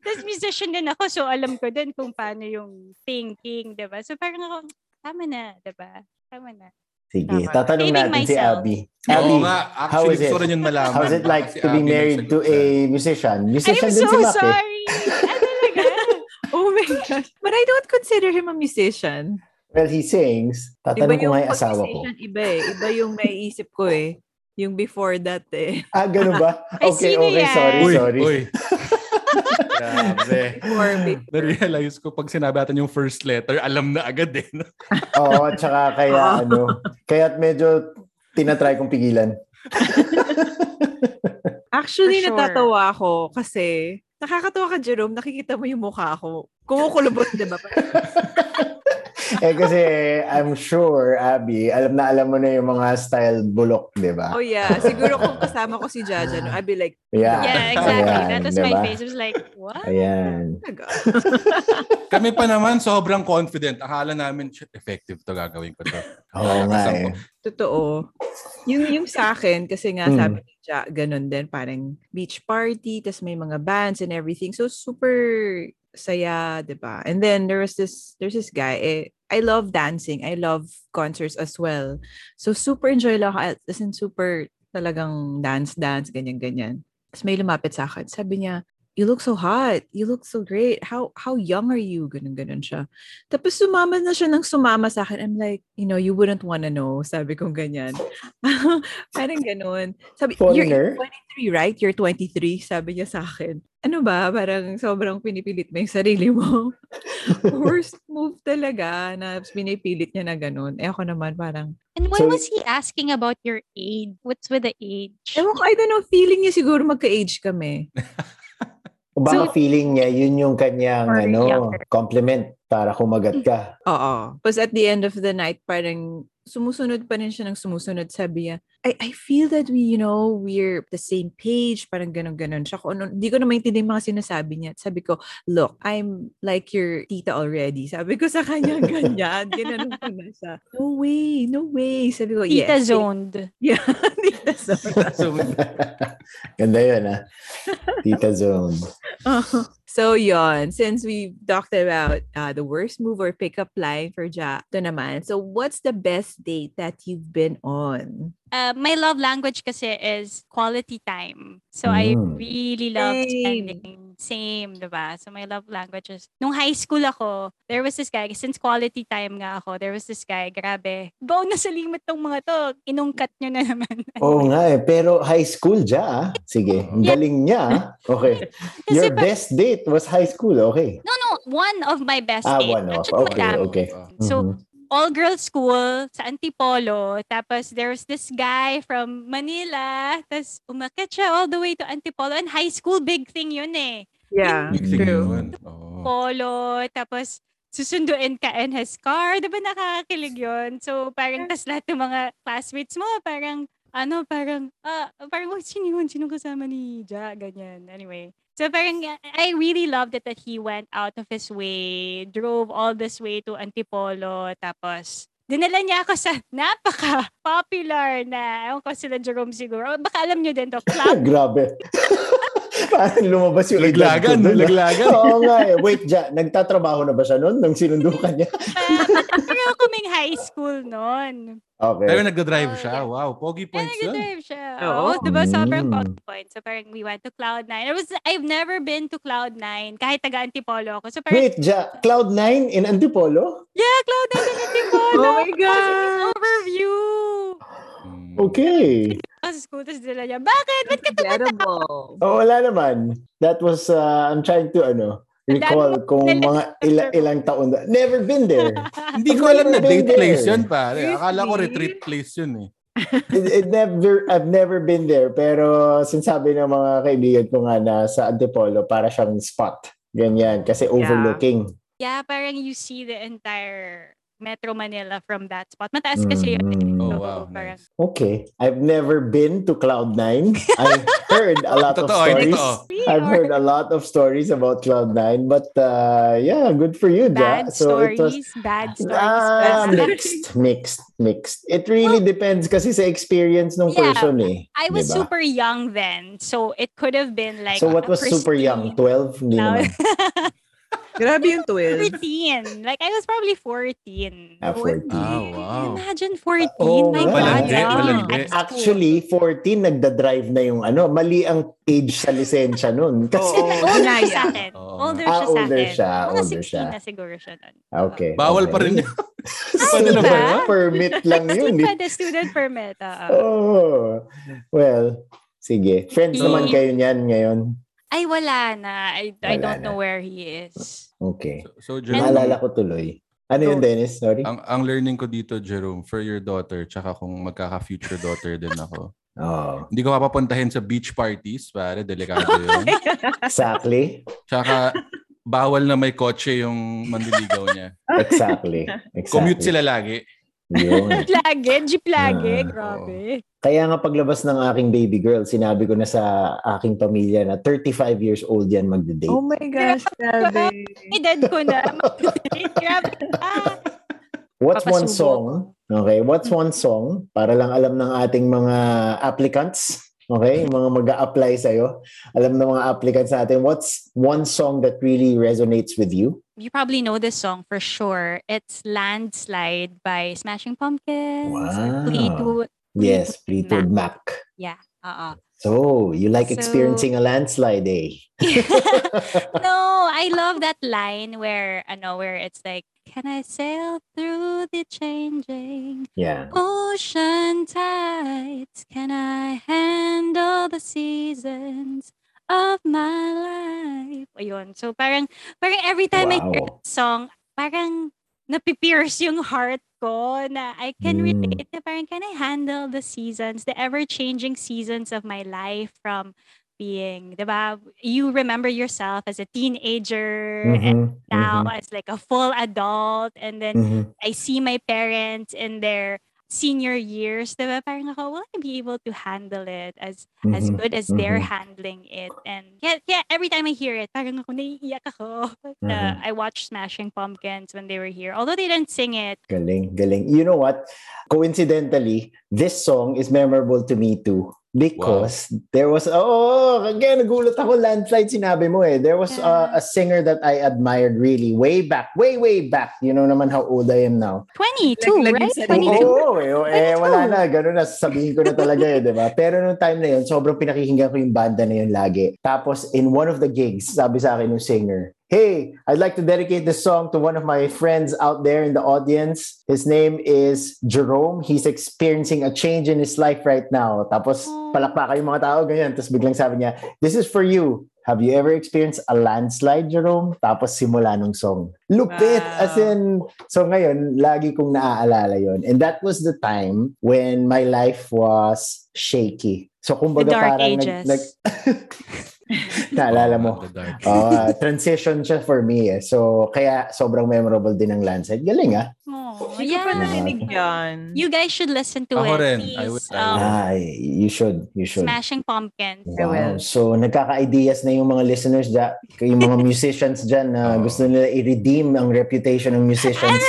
S4: Tapos musician din ako, so alam ko din kung paano yung thinking, diba? So parang ako, tama na, diba? Tama na.
S5: Sige,
S1: Tama.
S5: tatanong
S4: Saving
S5: natin si
S4: myself.
S5: Abby.
S2: Oo
S5: Abby,
S2: nga,
S5: how
S2: actually,
S5: is it?
S2: gusto rin yun malaman.
S5: how's it like
S2: Kasi
S5: to be
S2: Abby
S5: married to
S2: nagsagot.
S5: a musician? Musician
S4: I'm
S5: din
S4: so
S5: si Mac eh.
S4: sorry! Ah, talaga?
S1: Oh my gosh. But I don't consider him a musician.
S5: Well, he sings. Tatanong ko nga yung asawa ko.
S1: pag-musician, Iba eh. Iba yung naiisip ko eh. Yung before that eh.
S5: Ah, ganun ba?
S4: Ay,
S5: Okay,
S4: sino
S5: okay,
S4: yan?
S5: sorry,
S2: Uy,
S5: sorry.
S2: uy. Grabe.
S1: Before, before.
S2: Na-realize ko pag sinabi natin yung first letter, alam na agad eh. no?
S5: Oo,
S1: Ah.
S5: tsaka kaya ano, kaya't medyo tinatry kong pigilan.
S1: Actually,
S4: For sure.
S1: natatawa ako kasi nakakatawa ka, Jerome. Nakikita mo yung mukha ko. Kumukulubot, di ba?
S5: Eh kasi I'm sure, Abby, alam na alam mo na yung mga style bulok, di ba?
S1: Oh yeah. Siguro kung kasama ko si Jaja, no, I'd be like,
S5: Yeah,
S4: Yeah, exactly.
S5: Ayan,
S4: that was
S5: diba?
S4: my face. It was like, what?
S5: Ayan.
S1: talaga.
S2: Kami pa naman, sobrang confident. Akala namin, shit, effective to gagawin ko to.
S5: Oo nga eh.
S1: Totoo. Yung, yung sa akin, kasi nga
S5: Mm.
S1: sabi ni Ja, ganun din, parang beach party, tas may mga bands and everything. So, super saya, di ba? And then, there was this, there's this guy, eh, I love dancing. I love concerts as well. So, super enjoy lang ako. As in, super talagang dance-dance, ganyan-ganyan. Tapos may lumapit sa akin. Sabi niya, you look so hot. You look so great. How how young are you? Ganun, ganun siya. Tapos sumama na siya ng sumama sa akin. I'm like, you know, you wouldn't wanna know. Sabi kong ganyan. Parang ganun. Sabi,
S5: Foreigner?
S1: you're 23, right? You're 23. Sabi niya sa akin. Ano ba? Parang sobrang pinipilit mo yung sarili mo. Worst move talaga na pinipilit niya na ganun. Eh ako naman parang,
S4: And why
S5: So-
S4: was he asking about your age? What's with the age?
S1: ewan ko, I don't know, feeling niya siguro magka-age kami.
S5: O
S1: So-
S5: baka feeling niya, yun yung kanyang
S4: Or
S5: ano,
S4: younger.
S5: compliment para kumagat ka.
S1: Oo. Tapos at the end of the night, parang sumusunod pa rin siya ng sumusunod. Sabi niya, I, I feel that we, you know, we're the same page. Parang ganun-ganun siya. Kung ano, di ko na maintindi yung mga sinasabi niya. Sabi ko, look, I'm like your tita already. Sabi ko sa kanya, ganyan. Ginanon ko na siya. No way, no way. Sabi ko, yes.
S4: Tita zoned.
S1: Yeah, tita zone.
S2: So,
S5: Ganda yun, ah. Tita Zone.
S1: Oh. So yon, since we talked about uh, the worst move or pickup line for Ja, ito naman. So what's the best date that you've been on?
S4: Uh, my love language kasi is quality time. So I
S5: Mm.
S4: really love
S1: Same.
S4: spending same, 'di ba? So my love language is nung high school ako, there was this guy since quality time nga ako, there was this guy, grabe. Baon na sa limit tong mga to. Inungkat nyo na naman.
S5: Oo nga eh. Pero high school siya, ah. Sige. Ang
S4: Yeah.
S5: galing niya, ah. Okay. Your
S4: pa-
S5: best date was high school. Okay.
S4: no, no, one of my best
S5: Ah,
S4: dates.
S5: one of.
S4: Actually,
S5: Okay,
S4: madami.
S5: okay.
S2: Ah,
S4: So
S5: Mhm.
S4: all girls school sa Antipolo. Tapos there's this guy from Manila. Tapos umakyat siya all the way to Antipolo. And high school, big thing yun eh.
S1: Yeah,
S2: big thing
S4: Mm-hmm.
S1: true.
S2: yun. Oo.
S4: Polo. Tapos susunduin ka and his car. Diba nakakakilig yun? So parang tas lahat ng mga classmates mo, parang ano, parang, ah, parang, oh, sino yun? Sino kasama ni Ja? Ganyan. Anyway. So parang, uh, I really loved it that he went out of his way, drove all this way to Antipolo, tapos, dinala niya ako sa napaka-popular na, ewan ko sila Jerome siguro, baka alam niyo din to, club.
S5: Grabe. Parang lumabas yung edad ko
S2: Laglagan,
S5: dun, ah.
S2: laglagan.
S5: Oo nga eh. Wait, ja, nagtatrabaho na ba siya noon nung sinundukan niya?
S4: Pero kaming high school noon.
S2: Pero
S5: Okay.
S2: nagda-drive
S4: Oh,
S2: siya. Wow, pogi
S4: Kaya
S2: points yun.
S4: nag-drive siya.
S1: Oo.
S4: Oo, diba? Sobrang
S5: Mm.
S4: Cloud Point. So parang we went to Cloud9. I was, I've never been to Cloud9 kahit taga Antipolo ako. So parang,
S5: Wait, ja, Cloud9 in Antipolo?
S4: yeah, Cloud9 taga
S1: Oh
S4: Antipolo.
S1: my
S4: Tapos
S1: God!
S4: it's overview.
S5: Hmm.
S2: Mm.
S5: Okay.
S4: Tapos school, tapos dila niya, bakit? Ba't ka
S1: Terrible.
S5: Oh, wala naman. That was, uh, I'm trying to, ano,
S4: Ang dami
S5: recall
S4: mo
S5: kung
S4: nila-
S5: mga ila- ilang taon na. Never been there.
S2: Hindi ko alam na
S5: Never been
S2: date place
S5: there.
S2: yun, pare. Akala ko
S1: Really?
S2: retreat place yun eh.
S5: It, it never, I've never been there. Pero sinasabi ng mga kaibigan ko nga na sa Antipolo, para siyang spot. Ganyan, kasi overlooking.
S4: Yeah, parang you see the entire Metro Manila from that spot. Mataas kasi yun.
S5: Mm.
S2: Oh,
S4: So,
S2: wow.
S4: parang-
S2: Nice.
S5: Okay. I've never been to Cloud9. I heard a lot of
S2: Totoo,
S5: stories.
S2: totoo.
S4: We
S5: Mm-hmm. I've
S4: are
S5: heard a lot of stories about Cloud9, but uh, yeah, good for you, Ja.
S4: bad stories, bad stories.
S5: Ah,
S4: bad stories.
S5: mixed, mixed, mixed. It really depends kasi sa experience ng
S4: Yeah.
S5: person eh.
S4: I was
S5: Diba?
S4: super young then, so it could have been like.
S5: So what
S4: a
S5: was super young? 12? Hindi
S4: Now-
S5: naman.
S1: Grabe yung 12.
S4: 13. Like I was probably 14.
S5: Ah, 14.
S2: Ah, wow. Oh,
S4: Imagine 14.
S5: Oo nga.
S4: my God.
S2: Malandi,
S4: yeah.
S2: malandi.
S4: At school.
S5: Actually, 14 nagda-drive na yung ano. Mali ang age sa lisensya
S2: Oh,
S5: nun. Kasi,
S1: Oo.
S4: older siya
S1: Naya.
S4: sa akin.
S2: Oo.
S4: Older
S5: Ah,
S4: siya sa
S5: older
S4: akin.
S5: siya,
S4: Mga
S5: older
S4: 16
S5: siya.
S4: na siguro siya nun.
S5: okay.
S2: Bawal
S5: okay.
S2: pa rin yun. Pwede na
S5: Student
S2: ba?
S5: permit lang yun.
S4: Same
S5: eh.
S4: pa the student permit. oo.
S5: Oh, well, sige. Friends
S4: Mm.
S5: naman kayo niyan ngayon.
S4: Ay, wala na. I,
S5: Wala
S4: I don't
S5: na.
S4: know where he is.
S5: Okay.
S2: So, Jerome,
S5: Naalala ko tuloy. Ano yun, Dennis? Sorry.
S2: ang, ang learning ko dito, Jerome, for your daughter, tsaka kung magkaka-future daughter din ako,
S5: Oh,
S2: hindi ko papapuntahin sa beach parties, pare, delikado yun.
S5: exactly.
S2: Tsaka, bawal na may kotse yung manliligaw niya.
S5: Exactly. exactly.
S2: Commute sila lagi.
S5: Yun.
S4: Lagi, jeep
S5: Ah,
S4: lagi. Grabe.
S5: Kaya nga paglabas ng aking baby girl, sinabi ko na sa aking pamilya na 35 years old yan magde-date.
S1: Oh my gosh, grabe.
S4: Edad ko na. Grabe. Ah,
S5: What's one
S4: Papasubo. Hmm.
S5: song? Okay, what's one song? Para lang alam ng ating mga applicants. Okay, yung mga mag apply sa'yo. Alam ng mga applicants natin, what's one song that really resonates with you?
S4: you probably know this song for sure. It's Landslide by Smashing Pumpkins.
S5: Wow.
S4: Please do.
S5: Yes, Fleetwood Mac.
S4: Yeah. Uh-uh.
S5: So, you like
S4: So-
S5: experiencing a landslide, eh?
S4: no, I love that line where ano where it's like, can I sail through the changing
S5: yeah.
S4: ocean tides? Can I handle the seasons of my life? Ayun. So parang parang every time I hear
S5: Wow.
S4: that song, parang napipierce yung heart ko na I can
S5: Mm.
S4: relate na parang can I handle the seasons, the ever-changing seasons of my life from being, di ba? You remember yourself as a teenager and
S5: Mhm,
S4: now
S5: mhm,
S4: as like a full adult and then
S5: mhm.
S4: I see my parents in their senior years, di ba? Parang ako, will I be able to handle it as as
S5: Mhm,
S4: good as they're
S5: mhm.
S4: handling it? And yeah, yeah, every time I hear it, parang ako naiiyak ako. Na
S5: Mm-hmm.
S4: I watched Smashing Pumpkins when they were here. Although they didn't sing it.
S5: Galing, galing. You know what? Coincidentally, this song is memorable to me too. Because there was, oh, again, nagulat ako, landslide sinabi mo eh. There was uh, a singer that I admired really way back, way, way back. You know naman how old I am now.
S4: 22,
S1: Like- like you
S4: right?
S1: said,
S4: 22.
S1: like-
S5: Oo, eh, oh, eh, wala na. Ganun na, sasabihin ko na talaga eh, di ba? Pero nung time na yun, sobrang pinakikinggan ko yung banda na yun lagi. Tapos, in one of the gigs, sabi sa akin yung singer, Hey, I'd like to dedicate this song to one of my friends out there in the audience. His name is Jerome. He's experiencing a change in his life right now. Tapos,
S4: Oh.
S5: palakpakan yung mga tao, ganyan. Tapos biglang sabi niya, This is for you. Have you ever experienced a landslide, Jerome? Tapos simula nung song. Lupit!
S1: Wow.
S5: As in, So ngayon, lagi kong naaalala yon. And that was the time when my life was shaky. So kumbaga
S4: The Dark
S5: parang
S4: Ages.
S5: nag... nag naalala mo.
S2: Oh, the dark.
S5: Oh, ah, transition siya for me eh. So kaya sobrang memorable din ang landslide. Galing ah.
S4: Oh,
S1: Hindi ko pa
S4: yeah.
S1: narinig yan.
S4: You guys should listen to
S2: Ako
S4: it.
S2: rin.
S4: Please.
S2: I would- I
S4: Um,
S2: would.
S5: Ay, you should, you should.
S4: Smashing Pumpkins.
S1: I will.
S5: Wow. So nagkaka-ideas na yung mga listeners dyan, yung mga musicians dyan na
S2: Oo.
S5: gusto nila i-redeem ang reputation ng musicians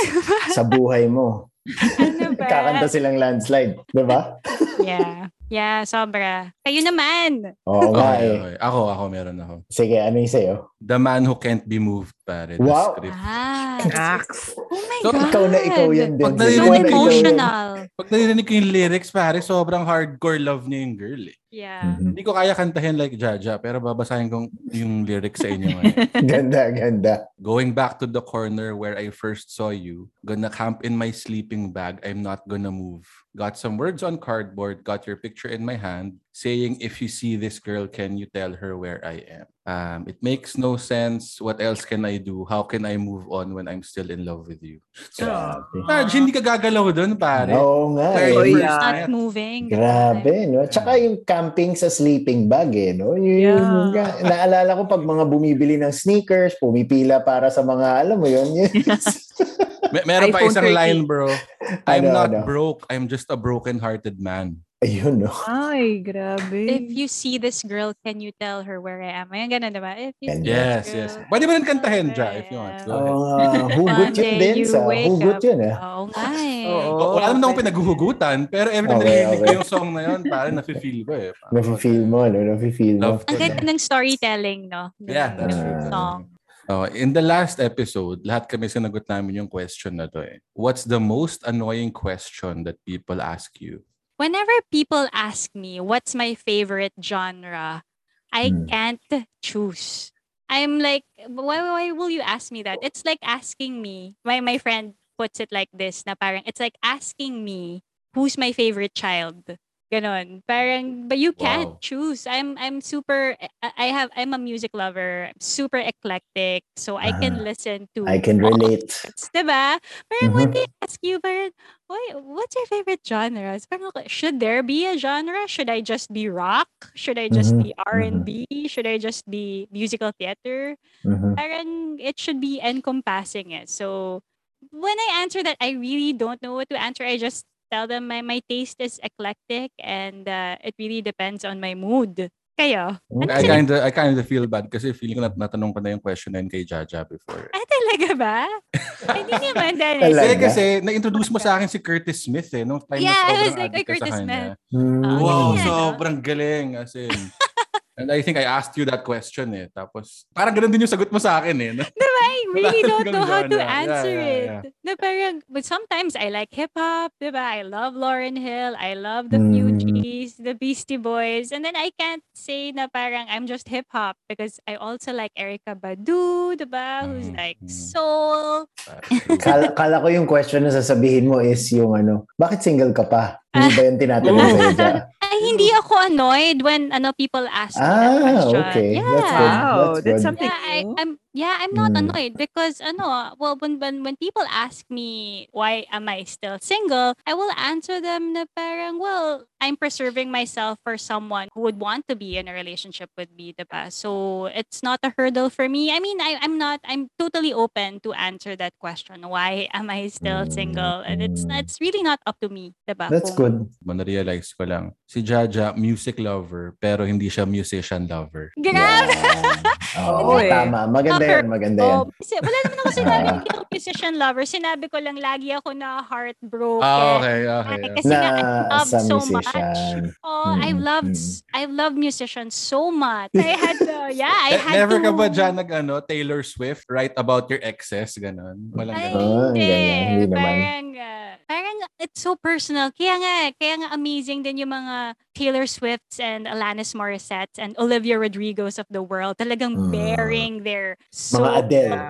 S5: sa buhay mo.
S4: ano ba?
S5: Kakanta silang landslide, di ba?
S4: yeah. Yeah, sobra. Kayo naman.
S5: Oo nga
S2: Okay,
S5: eh.
S2: okay. Ako, ako, meron ako.
S5: Sige, ano yung sa'yo?
S2: The Man Who Can't Be Moved, pare. The
S5: Wow.
S2: script.
S4: Ah. Oh my
S2: So,
S4: God.
S5: Ikaw na ikaw yan din.
S2: Pag
S5: Zay.
S4: So
S2: Ikaw na ikaw
S4: emotional.
S2: Pag narinig ko yung lyrics, pare, sobrang hardcore love niya yung girl eh.
S4: Yeah.
S5: Mhm.
S2: Hindi ko kaya kantahin like Jaja, pero babasahin ko yung lyrics sa inyo ngayon.
S5: Ganda, ganda.
S2: Going back to the corner where I first saw you, gonna camp in my sleeping bag, I'm not gonna move. Got some words on cardboard, got your picture in my hand, saying, If you see this girl, can you tell her where I am? Um, it makes no sense. What else can I do? How can I move on when I'm still in love with you? So,
S5: Grabe.
S2: Sarge, hindi ka gagalaw dun, pare.
S5: Oo nga.
S2: Where
S5: eh.
S1: Oy,
S2: you first
S1: yeah.
S4: Not
S2: met.
S4: moving.
S5: Grabe, no? Tsaka yung camping sa sleeping bag, eh, no? Yun- yun-
S1: Yeah.
S5: Naalala ko pag mga bumibili ng sneakers, pumipila para sa mga, alam mo yun, yun.
S2: Mer- meron pa
S1: iPhone
S2: isang
S1: 13.
S2: line, bro. I'm
S5: Ano,
S2: not
S5: ano?
S2: broke. I'm just a broken-hearted man.
S5: Ayun, no?
S1: Ay, grabe.
S4: If you see this girl, can you tell her where I am? Ayan, ganun, diba? If you see
S5: Ganda.
S2: Yes, yes. Pwede mo rin kantahin, Ja, if you want. Go
S5: Oo
S2: ahead.
S5: nga. Hugot yun
S4: Monday,
S5: din
S4: you
S5: sa,
S4: wake
S5: hugot
S4: up.
S5: yun, eh.
S4: Oo nga eh.
S1: Oo.
S2: Wa- Wala naman akong pinaghuhugutan, pero every time
S5: Okay,
S2: narinig ko
S5: okay.
S2: yung song na yun, parang nafe-feel ko eh. Parang-
S5: Nafe-feel mo, no? Nafe-feel mo.
S2: Love
S4: Ang
S2: ko
S4: ganda
S2: na.
S4: ng storytelling, no?
S2: Yeah,
S4: Ng
S2: that's true.
S4: Song.
S2: Oh, in the last episode, lahat kami sinagot namin yung question na to eh. What's the most annoying question that people ask you?
S4: Whenever people ask me what's my favorite genre, I
S5: Hmm.
S4: can't choose. I'm like, why, why will you ask me that? It's like asking me, my, my friend puts it like this, na parang, it's like asking me, who's my favorite child? Ganon. Parang, but you
S2: Wow.
S4: can't choose. I'm, I'm super, I I have, I'm a music lover, super eclectic, so I can listen to
S5: Ah. I can relate.
S4: it's, diba? Parang when
S5: Mhm.
S4: they ask you, parang, Why, what's your favorite genres? Parang ako, should there be a genre? Should I just be rock? Should I just
S5: Mhm,
S4: be R&B? Should I just be musical theater?
S5: Mhm.
S4: Parang it should be encompassing it. So when I answer that, I really don't know what to answer. I just tell them my, my taste is eclectic and uh, it really depends on my mood. Kayo?
S2: I kind of I kind of feel bad kasi feeling ko nat natanong ko na yung question na yun kay Jaja before.
S4: Ay, Ah, talaga ba? Ay, Hindi naman,
S5: Talaga?
S4: Dennis.
S2: Kasi, kasi na-introduce mo sa akin si Curtis Smith eh. Nung time na
S4: Yeah, I was
S2: sobrang
S4: like,
S2: addict
S4: "Oy,
S2: ka sa
S4: Curtis
S2: kanya.
S4: Smith."
S5: Mm.
S4: Ang
S2: Wow,
S4: galing yan, no?
S2: sobrang galing. As in, And I think I asked you that question eh. Tapos, parang ganun din yung sagot mo sa akin eh. no?
S4: Diba? I really
S2: Wala
S4: don't know
S2: talagang
S4: how to
S2: genre. Yeah,
S4: answer
S2: yeah,
S4: it. Na parang, but sometimes I like hip-hop, diba? I love Lauren Hill. I love the
S5: Mm.
S4: Fugees, the Beastie Boys. And then I can't say na parang I'm just hip-hop because I also like Erica Badu, diba? Who's
S2: Mm,
S4: like
S2: mm.
S4: soul.
S5: Kala, kala ko yung question na sasabihin mo is yung ano, bakit single ka pa? Hindi ba yung tinatanong sa'yo dyan?
S4: Ay, hindi ako annoyed when ano people ask me that
S5: Ah,
S4: question.
S5: okay.
S4: Yeah.
S5: That's good.
S1: Wow,
S5: That's
S1: that's
S5: good.
S1: something-
S4: Yeah, I,
S1: Thank you.
S4: I'm yeah, I'm not
S5: Mm.
S4: annoyed because ano, well when, when when people ask me why am I still single, I will answer them na parang well, I'm preserving myself for someone who would want to be in a relationship with me, diba? So it's not a hurdle for me. I mean, I, I'm not I'm totally open to answer that question. Why am I still single? And it's
S5: Mm.
S4: it's really not up to me, diba?
S5: That's
S4: Kung-
S5: good.
S2: Mo na-realize ko lang, si Jaja, music lover, pero hindi siya musician lover.
S4: Grabe!
S5: Oo,
S1: eh.
S5: tama. Maganda
S4: Upper-
S5: yan, maganda yan.
S4: Oh, kasi wala naman ako sinabi hindi ako musician lover. Sinabi ko lang lagi ako na heartbroken.
S2: Ah, okay, okay.
S4: Ay,
S2: okay.
S4: kasi nga,
S5: na
S4: love
S5: sa
S4: so
S5: musician.
S4: oh, I
S5: Mm,
S4: loved
S5: mm.
S4: I loved musicians so much. I had to, yeah, I
S2: Ne-
S4: had
S2: Never
S4: to.
S2: ka ba dyan nag ano, Taylor Swift, write about your exes, ganun? Walang
S4: Ay,
S2: ganun.
S5: Ah,
S4: hindi.
S5: ganyan. Hindi naman.
S4: Parang, ah, parang it's so personal. Kaya nga, kaya nga amazing din yung mga Taylor Swifts and Alanis Morissette and Olivia Rodriguez of the world. Talagang
S5: Mm.
S4: bearing their soul.
S5: Mga Adele.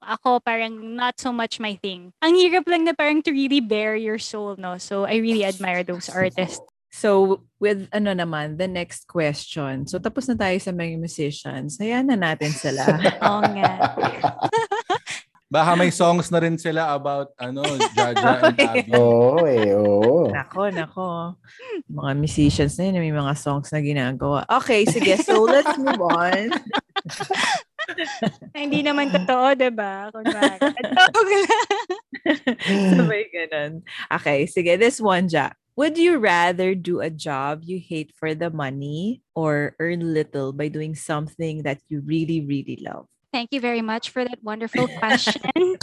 S4: Ako parang not so much my thing. Ang hirap lang na parang to really bear your soul, no? So I really admire those artists.
S1: So, with ano naman, the next question. So, tapos na tayo sa mga musicians. Hayaan na natin sila.
S4: Oo nga.
S2: Baka may songs na rin sila about ano, Jaja and Abby.
S5: Oo, eh, oo.
S1: nako, nako. Mga musicians na yun, may mga songs na ginagawa. Okay, sige. So, let's move on.
S4: Na hindi naman totoo, diba? Kung bakit. Joke lang.
S1: Sabay ganun. Okay, sige. This one, Jack. Would you rather do a job you hate for the money or earn little by doing something that you really, really love?
S4: Thank you very much for that wonderful question.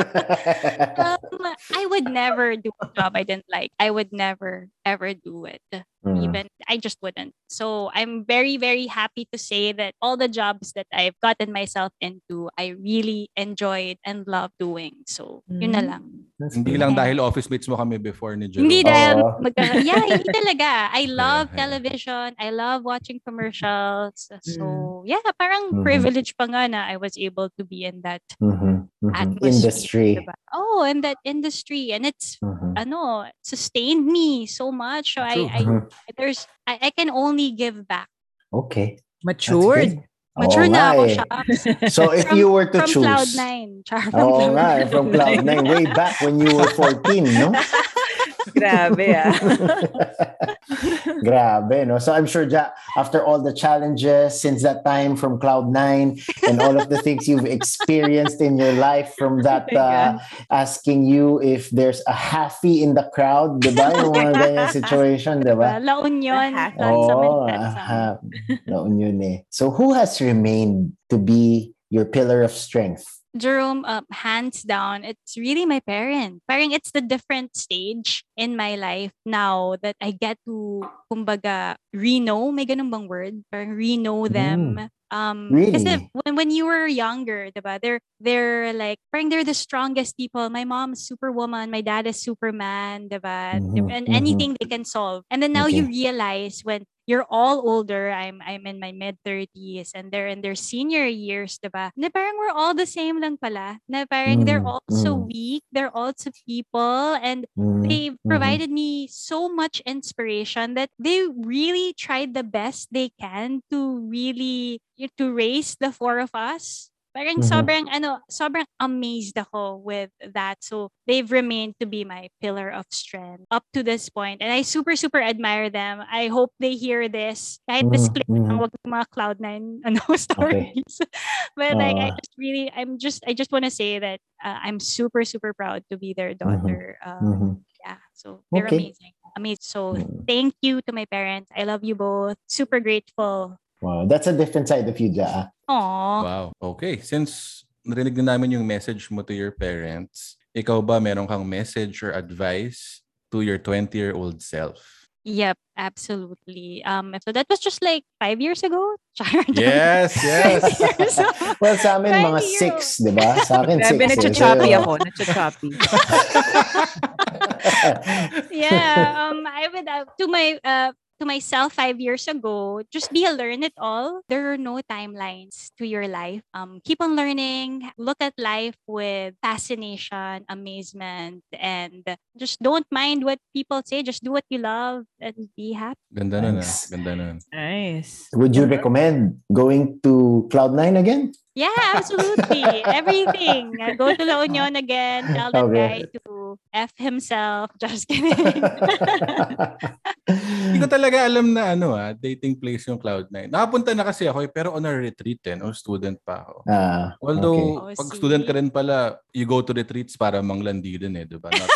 S4: Um, I would never do a job I didn't like. I would never, ever do it.
S5: Mm.
S4: Even I just wouldn't. So I'm very, very happy to say that all the jobs that I've gotten myself into, I really enjoyed and love doing. So
S1: Hmm?
S4: yun na lang.
S5: That's
S2: Hindi
S5: good.
S2: lang dahil office mates mo kami before ni Jerome.
S4: Hindi dahil
S5: Oo.
S4: magka- yeah, hindi talaga. I love
S2: yeah.
S4: television. I love watching commercials. So, yeah,
S5: Mhm.
S4: parang privilege pa nga na I was able to be in that
S5: Mhm, mhm.
S4: atmosphere.
S5: Industry.
S4: diba? Oh, in that industry. And it's,
S5: Mhm,
S4: ano, it sustained me so much. So, I,
S2: True.
S4: I,
S5: mhm.
S4: there's, I, I can only give back.
S5: Okay. that's
S1: Matured.
S5: good. Oo
S4: Mature
S5: nga
S4: na ako,
S5: eh.
S4: shucks.
S5: So if
S4: From-
S5: you were to
S4: From
S5: choose.
S4: Cloud9. Char, from
S5: Oo
S4: Cloud9.
S5: nga, eh, from Cloud9, way back when you were 14, no?
S1: Grabe ah.
S5: Grabe, no? So I'm sure ja, after all the challenges since that time from Cloud9 and all of the things you've experienced in your life from that
S4: Oh
S1: my
S5: uh, asking you if there's a happy in the crowd, di ba? Yung mga ganyan situation, di ba?
S4: Diba? La Union.
S1: Happy.
S4: Tansa man,
S5: Oo,
S4: tansa.
S5: Oh, aha. Noon yun eh. So who has remained to be your pillar of strength?
S4: Jerome, uh, hands down, it's really my parent. Parang it's the different stage in my life now that I get to, kumbaga, re-know. May ganun bang word? Parang re-know them. Um, Kasi
S5: Really?
S4: when, when you were younger, diba, they're, they're like, parang they're the strongest people. My mom's superwoman. My dad is superman, diba?
S5: Mhm,
S4: And
S5: mhm.
S4: anything they can solve. And then now you realize when you're all older. I'm I'm in my mid 30s and they're in their senior years, 'di ba? Na parang we're all the same lang pala. Na parang they're
S5: Mm,
S4: also
S5: mm.
S4: weak, they're also people and
S5: Mm,
S4: they provided me so much inspiration that they really tried the best they can to really you to raise the four of us. Parang
S5: Mhm.
S4: sobrang ano, sobrang amazed ako with that. So they've remained to be my pillar of strength up to this point. And I super super admire them. I hope they hear this. Kahit
S5: mhm,
S4: disclaimer
S5: mhm.
S4: ang wag ng mga Cloud9 ano, stories. But like I
S5: Ah.
S4: just really I'm just I just want to say that uh, I'm super super proud to be their daughter. Um,
S5: Mhm.
S4: yeah so they're
S5: Okay.
S4: amazing amazing so
S5: Mm.
S4: thank you to my parents i love you both super grateful
S5: Wow, that's a different side of you, Ja.
S4: Aww.
S2: Wow. Okay. Since narinig na namin yung message mo to your parents, ikaw ba meron kang message or advice to your 20-year-old self?
S4: Yep, absolutely. Um, so that was just like five years ago. Char.
S2: Yes, yes.
S5: Well, sa amin, mga
S4: Thank you.
S5: six, di ba? Sa akin, six.
S1: Grabe,
S5: eh.
S1: nacho-choppy
S5: Sa'yo-
S1: ako. Nacho-choppy.
S4: yeah. Um, I would uh, to my uh, to myself five years ago, just be a learn it all. There are no timelines to your life. Um, keep on learning. Look at life with fascination, amazement, and just don't mind what people say. Just do what you love and be happy.
S2: Ganda nun ah.
S5: Thanks.
S2: Ganda nun.
S1: nice.
S5: Would you recommend going to Cloud9 again?
S4: Yeah, absolutely. Everything. Uh, Go to La Union again. Tell that guy
S5: Okay.
S4: to f himself. Just kidding.
S2: Hindi ko talaga alam na ano ah, dating place yung Cloud9. Nakapunta na kasi ako eh, pero on a retreat eh, no? student pa ako.
S5: Ah, okay.
S2: Although,
S4: okay.
S2: pag
S4: Oh,
S2: student
S4: see.
S2: ka rin pala, you go to retreats para manglandi din eh, di ba? Not,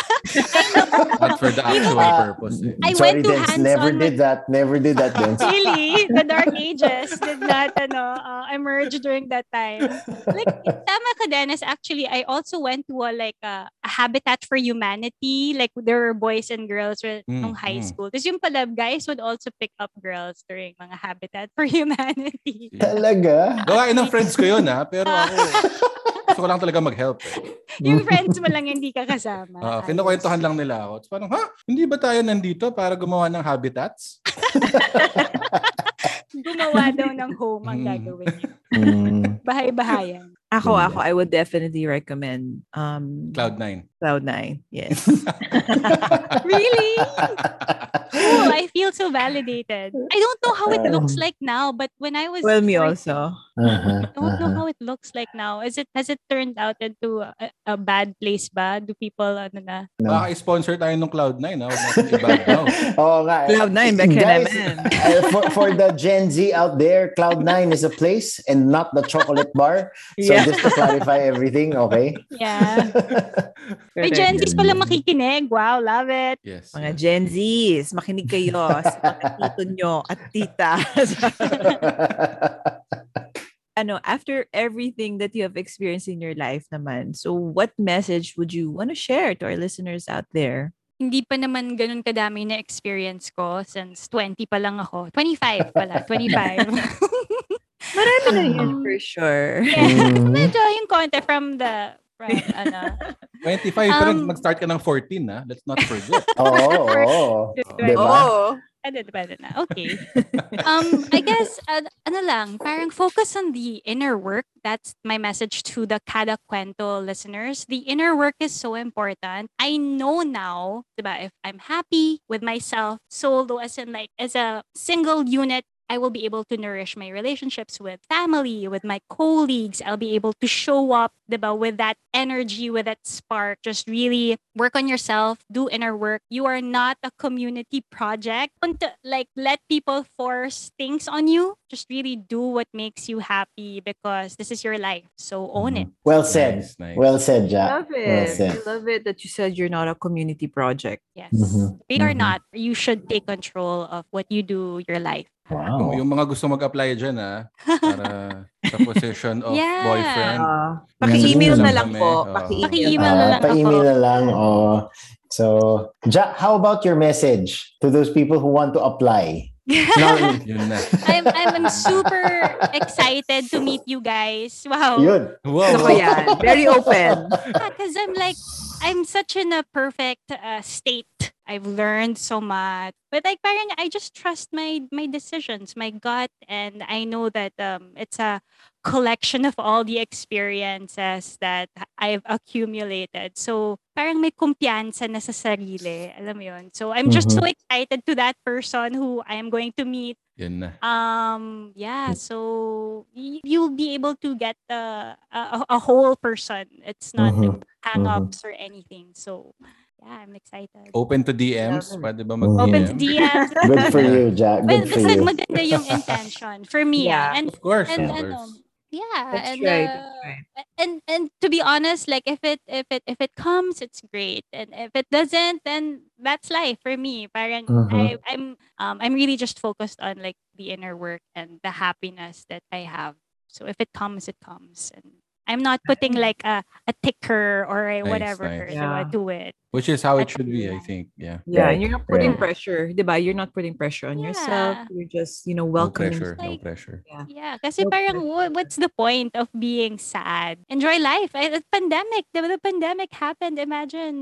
S2: not for the actual
S5: Ah,
S2: purpose eh.
S4: I
S5: Sorry,
S4: went to
S5: Dance.
S4: hands-on
S5: Never
S4: with-
S5: did that. Never did that, Dance.
S4: really, the Dark Ages did not ano, uh, emerge during that time. Like, tama ka, Dennis. Actually, I also went to a, like, a, a Habitat for Humanity. Like, there were boys and girls when,
S2: Mm,
S4: nung high
S2: mm.
S4: school. Tapos yung pala, guys would also pick up girls during mga Habitat for Humanity.
S5: Talaga?
S2: Gawain ng friends ko yun ah, pero ako, gusto ko lang talaga mag-help eh.
S4: yung friends mo lang hindi ka kasama.
S2: Uh,
S4: Ayos.
S2: kinukwentuhan lang nila ako. It's parang, ha? Hindi ba tayo nandito para gumawa ng habitats?
S4: Gumawa daw ng home ang
S2: Mm.
S4: gagawin niyo.
S5: Mm.
S4: Bahay-bahayan.
S1: Ako,
S5: Ganda.
S1: ako, I would definitely recommend um,
S2: Cloud9.
S1: Cloud9. Yes.
S4: really? Cool. Oh, I feel so validated. I don't know how it looks like now, but when I was
S1: well, me
S4: like,
S1: also.
S5: Uh-huh,
S4: I don't know
S5: uh-huh.
S4: how it looks like now. Is it has it turned out into a, a bad place ba? Do people ano na?
S5: No.
S2: Baka sponsor tayo ng Cloud9 ah. Huwag natin i-badmouth.
S5: Oo nga. eh.
S1: Cloud9, back ka
S5: Guys,
S1: naman.
S5: eh, for, for the Gen Z out there, Cloud9 is a place and not the chocolate bar. So
S1: Yeah.
S5: just to clarify everything, okay?
S4: Yeah. May
S1: Correct.
S4: Gen Zs pala makikinig. Wow, love it.
S2: Yes.
S1: Mga
S2: yes.
S1: Gen Zs, makinig kayo sa mga tito nyo at tita. ano, after everything that you have experienced in your life naman, so what message would you want to share to our listeners out there?
S4: Hindi pa naman ganun kadami na experience ko since 20 pa lang ako. 25 pala, 25.
S1: Marami na yun
S4: Um,
S1: for sure.
S4: yeah.
S5: Mm.
S4: Medyo yung konti from the from ano.
S2: 25, pero
S4: Um,
S2: nag-start ka ng 14 ah. Let's not forget.
S5: Oo, oo. Diba?
S1: Oh,
S4: Pwede, pwede na. Okay. um, I guess, uh, ano lang, parang focus on the inner work. That's my message to the Kada Kwento listeners. The inner work is so important. I know now, diba, if I'm happy with myself, solo, as in like, as a single unit, I will be able to nourish my relationships with family, with my colleagues. I'll be able to show up diba, with that energy, with that spark. Just really work on yourself, do inner work. You are not a community project. Don't uh, like let people force things on you. Just really do what makes you happy because this is your life. So own it.
S5: Well said.
S2: Nice, nice.
S5: Well said, Jack.
S1: love it. I
S5: said.
S1: love it that you said you're not a community project.
S4: Yes.
S5: Mhm,
S4: Big or
S5: mhm.
S4: not, you should take control of what you do, your life.
S2: Kung
S5: Wow.
S2: yung mga gusto mag-apply dyan ah, para sa position of
S4: Yeah.
S2: boyfriend.
S1: Ah,
S2: Nandun
S1: paki-email na
S2: lang
S1: lang
S2: kami. Oh.
S1: po.
S2: Oo.
S1: Paki-email.
S4: Paki-email na
S5: Ah,
S4: lang
S5: pa-email
S4: ako.
S5: na lang. oo. So, Jack, how about your message to those people who want to apply? Now,
S2: Yun na.
S4: I'm, I'm super excited to meet you guys. Wow.
S5: yun.
S2: Wow.
S1: Oh. Ako yan. Very open.
S4: because I'm like, I'm such in a perfect uh, state. I've learned so much, but like, parang I just trust my my decisions, my gut, and I know that um, it's a collection of all the experiences that I've accumulated. So parang may kumpiyansa na sa sarili, alam mo yun. So I'm just so excited to that person who I am going to meet
S2: Yun na.
S4: um
S5: Mm.
S4: yeah so y- you'll be able to get uh, a a whole person it's not
S5: Mhm,
S4: like hang-ups or anything so yeah i'm excited
S2: Open to DMs.
S1: Love it.
S2: Pwede ba
S4: open to
S2: mag-DM?
S4: DMs
S5: Oh, Good for you, Jack.
S4: well
S5: Good for
S4: basta
S5: you.
S4: maganda yung intention for me
S1: Yeah.
S4: ah. and
S2: Of course. of
S4: and ano,
S2: course.
S4: yeah
S1: That's
S4: and
S1: right,
S4: uh,
S1: that's right.
S4: and and to be honest like if it if it if it comes it's great and if it doesn't then that's life for me parang I,
S2: Mm-hmm.
S5: Mhm.
S4: i'm um, i'm really just focused on like the inner work and the happiness that i have so if it comes it comes and I'm not putting like a, a ticker or a
S2: Nice,
S4: whatever
S2: nice.
S4: to-
S1: Yeah.
S4: to it.
S2: Which is how it
S4: At-
S2: should be, I think. Yeah.
S1: Yeah,
S5: Right,
S1: and you're not putting
S4: right.
S1: pressure, diba? You're not putting pressure on yourself.
S4: Yeah.
S1: You're just, you know,
S2: No
S1: welcoming.
S2: pressure. No
S4: like-
S2: pressure.
S4: Yeah, kasi
S1: Nope.
S4: parang wha- what's the point of being sad? Enjoy life. Eh, The pandemic, the, the pandemic happened. Imagine,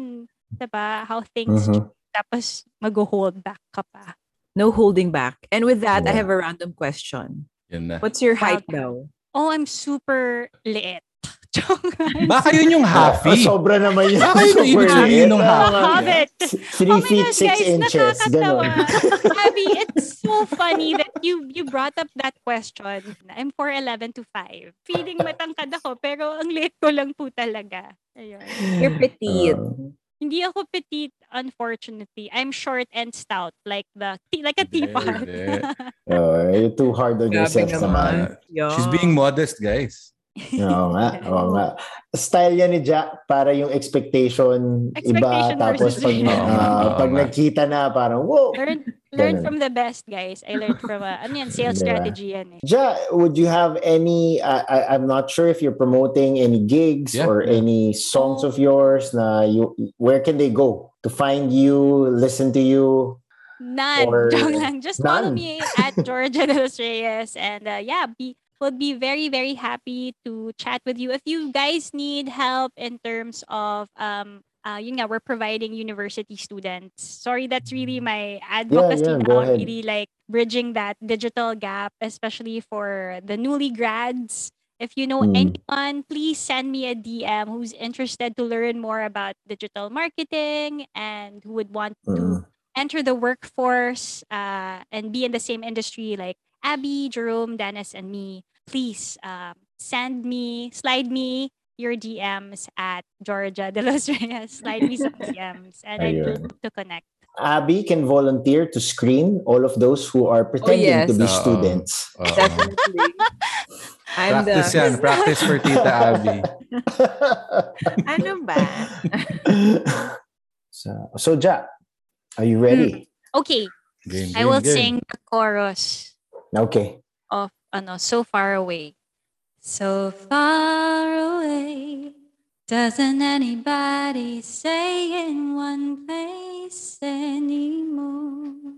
S4: diba, how things
S5: Mhm.
S4: tapos mag-hold back ka pa.
S1: No holding back. And with that, I
S5: Yeah.
S1: have a random question.
S2: Yun na.
S1: What's your height
S4: Okay.
S1: daw?
S4: Oh, I'm super liit. Joke.
S2: Baka yun yung Ah, happy.
S5: Oh, sobra naman yun.
S2: Bakit yung ibig sabihin nung
S4: I'm a
S2: happy?
S4: hobbit.
S5: Three
S4: oh my
S5: feet,
S4: gosh,
S5: six
S4: guys,
S5: inches.
S4: nakakatawa.
S5: Ganun.
S4: Abby, it's so funny that you you brought up that question. I'm 4'11 to 5. Feeling matangkad ako, pero ang liit ko lang po talaga. Ayun.
S2: Uh,
S1: You're petite.
S5: Um,
S4: Hindi ako petite, unfortunately. I'm short and stout, like the tea- like a
S2: Hindi,
S4: teapot.
S2: hindi.
S5: oh, you're too hard on
S1: Grabe
S5: yourself
S1: naman.
S5: naman.
S1: Yeah.
S2: She's being modest, guys.
S5: Oo nga, oo nga. Style niya ni Jack para yung expectation, iba.
S4: Expectation
S5: Tapos
S4: versus
S5: pag,
S4: reality.
S5: ah,
S2: Oo
S5: pag
S2: nga.
S5: nagkita na, parang, whoa.
S4: Learn learn
S5: Ganun.
S4: from the best, guys. I learned from a, ano yan, sales
S5: Diba?
S4: strategy yan eh.
S5: Ja, would you have any, I I, I'm not sure if you're promoting any gigs
S2: Yeah,
S5: or
S2: yeah.
S5: any songs of yours na you, where can they go to find you, listen to you?
S4: None.
S5: Or-
S4: Joke lang. Just follow
S5: None.
S4: me at Georgia de los Reyes. And uh, yeah, be, we'll be very, very happy to chat with you. If you guys need help in terms of, um, uh, yun nga, we're providing university students. Sorry, that's really my advocacy
S5: yeah, go
S4: now.
S5: ahead.
S4: Really like bridging that digital gap, especially for the newly grads. If you know
S5: Mm.
S4: anyone, please send me a DM who's interested to learn more about digital marketing and who would want to
S2: Mm-hmm.
S5: Mm.
S4: enter the workforce uh, and be in the same industry like Abby, Jerome, Dennis, and me, please um, send me, slide me your DMs at Georgia De Los Reyes. Slide me some DMs and I'd
S5: Ayun.
S4: love to connect.
S5: Abby can volunteer to screen all of those who are pretending
S1: yes.
S5: to be
S2: Oo.
S5: students.
S2: Oo.
S1: Definitely. I'm
S2: Practice
S1: the,
S2: yan. Practice for Tita Abby.
S1: ano ba?
S5: so, so Jack, are you ready?
S4: Okay,
S2: Game,
S4: I
S2: game,
S4: will
S2: game.
S4: sing the chorus.
S5: Okay.
S4: of ano, so far away. So far away. Doesn't anybody stay in one place anymore?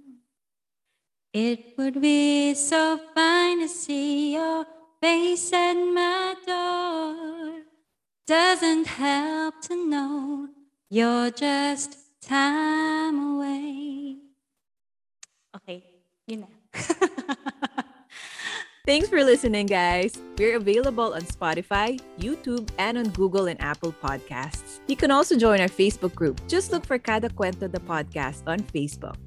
S4: It would be so fine to see your face at my door. Doesn't help to know you're just time away. Okay, yun na.
S6: Thanks for listening, guys. We're available on Spotify, YouTube, and on Google and Apple Podcasts. You can also join our Facebook group. Just look for Cada Cuento the Podcast on Facebook.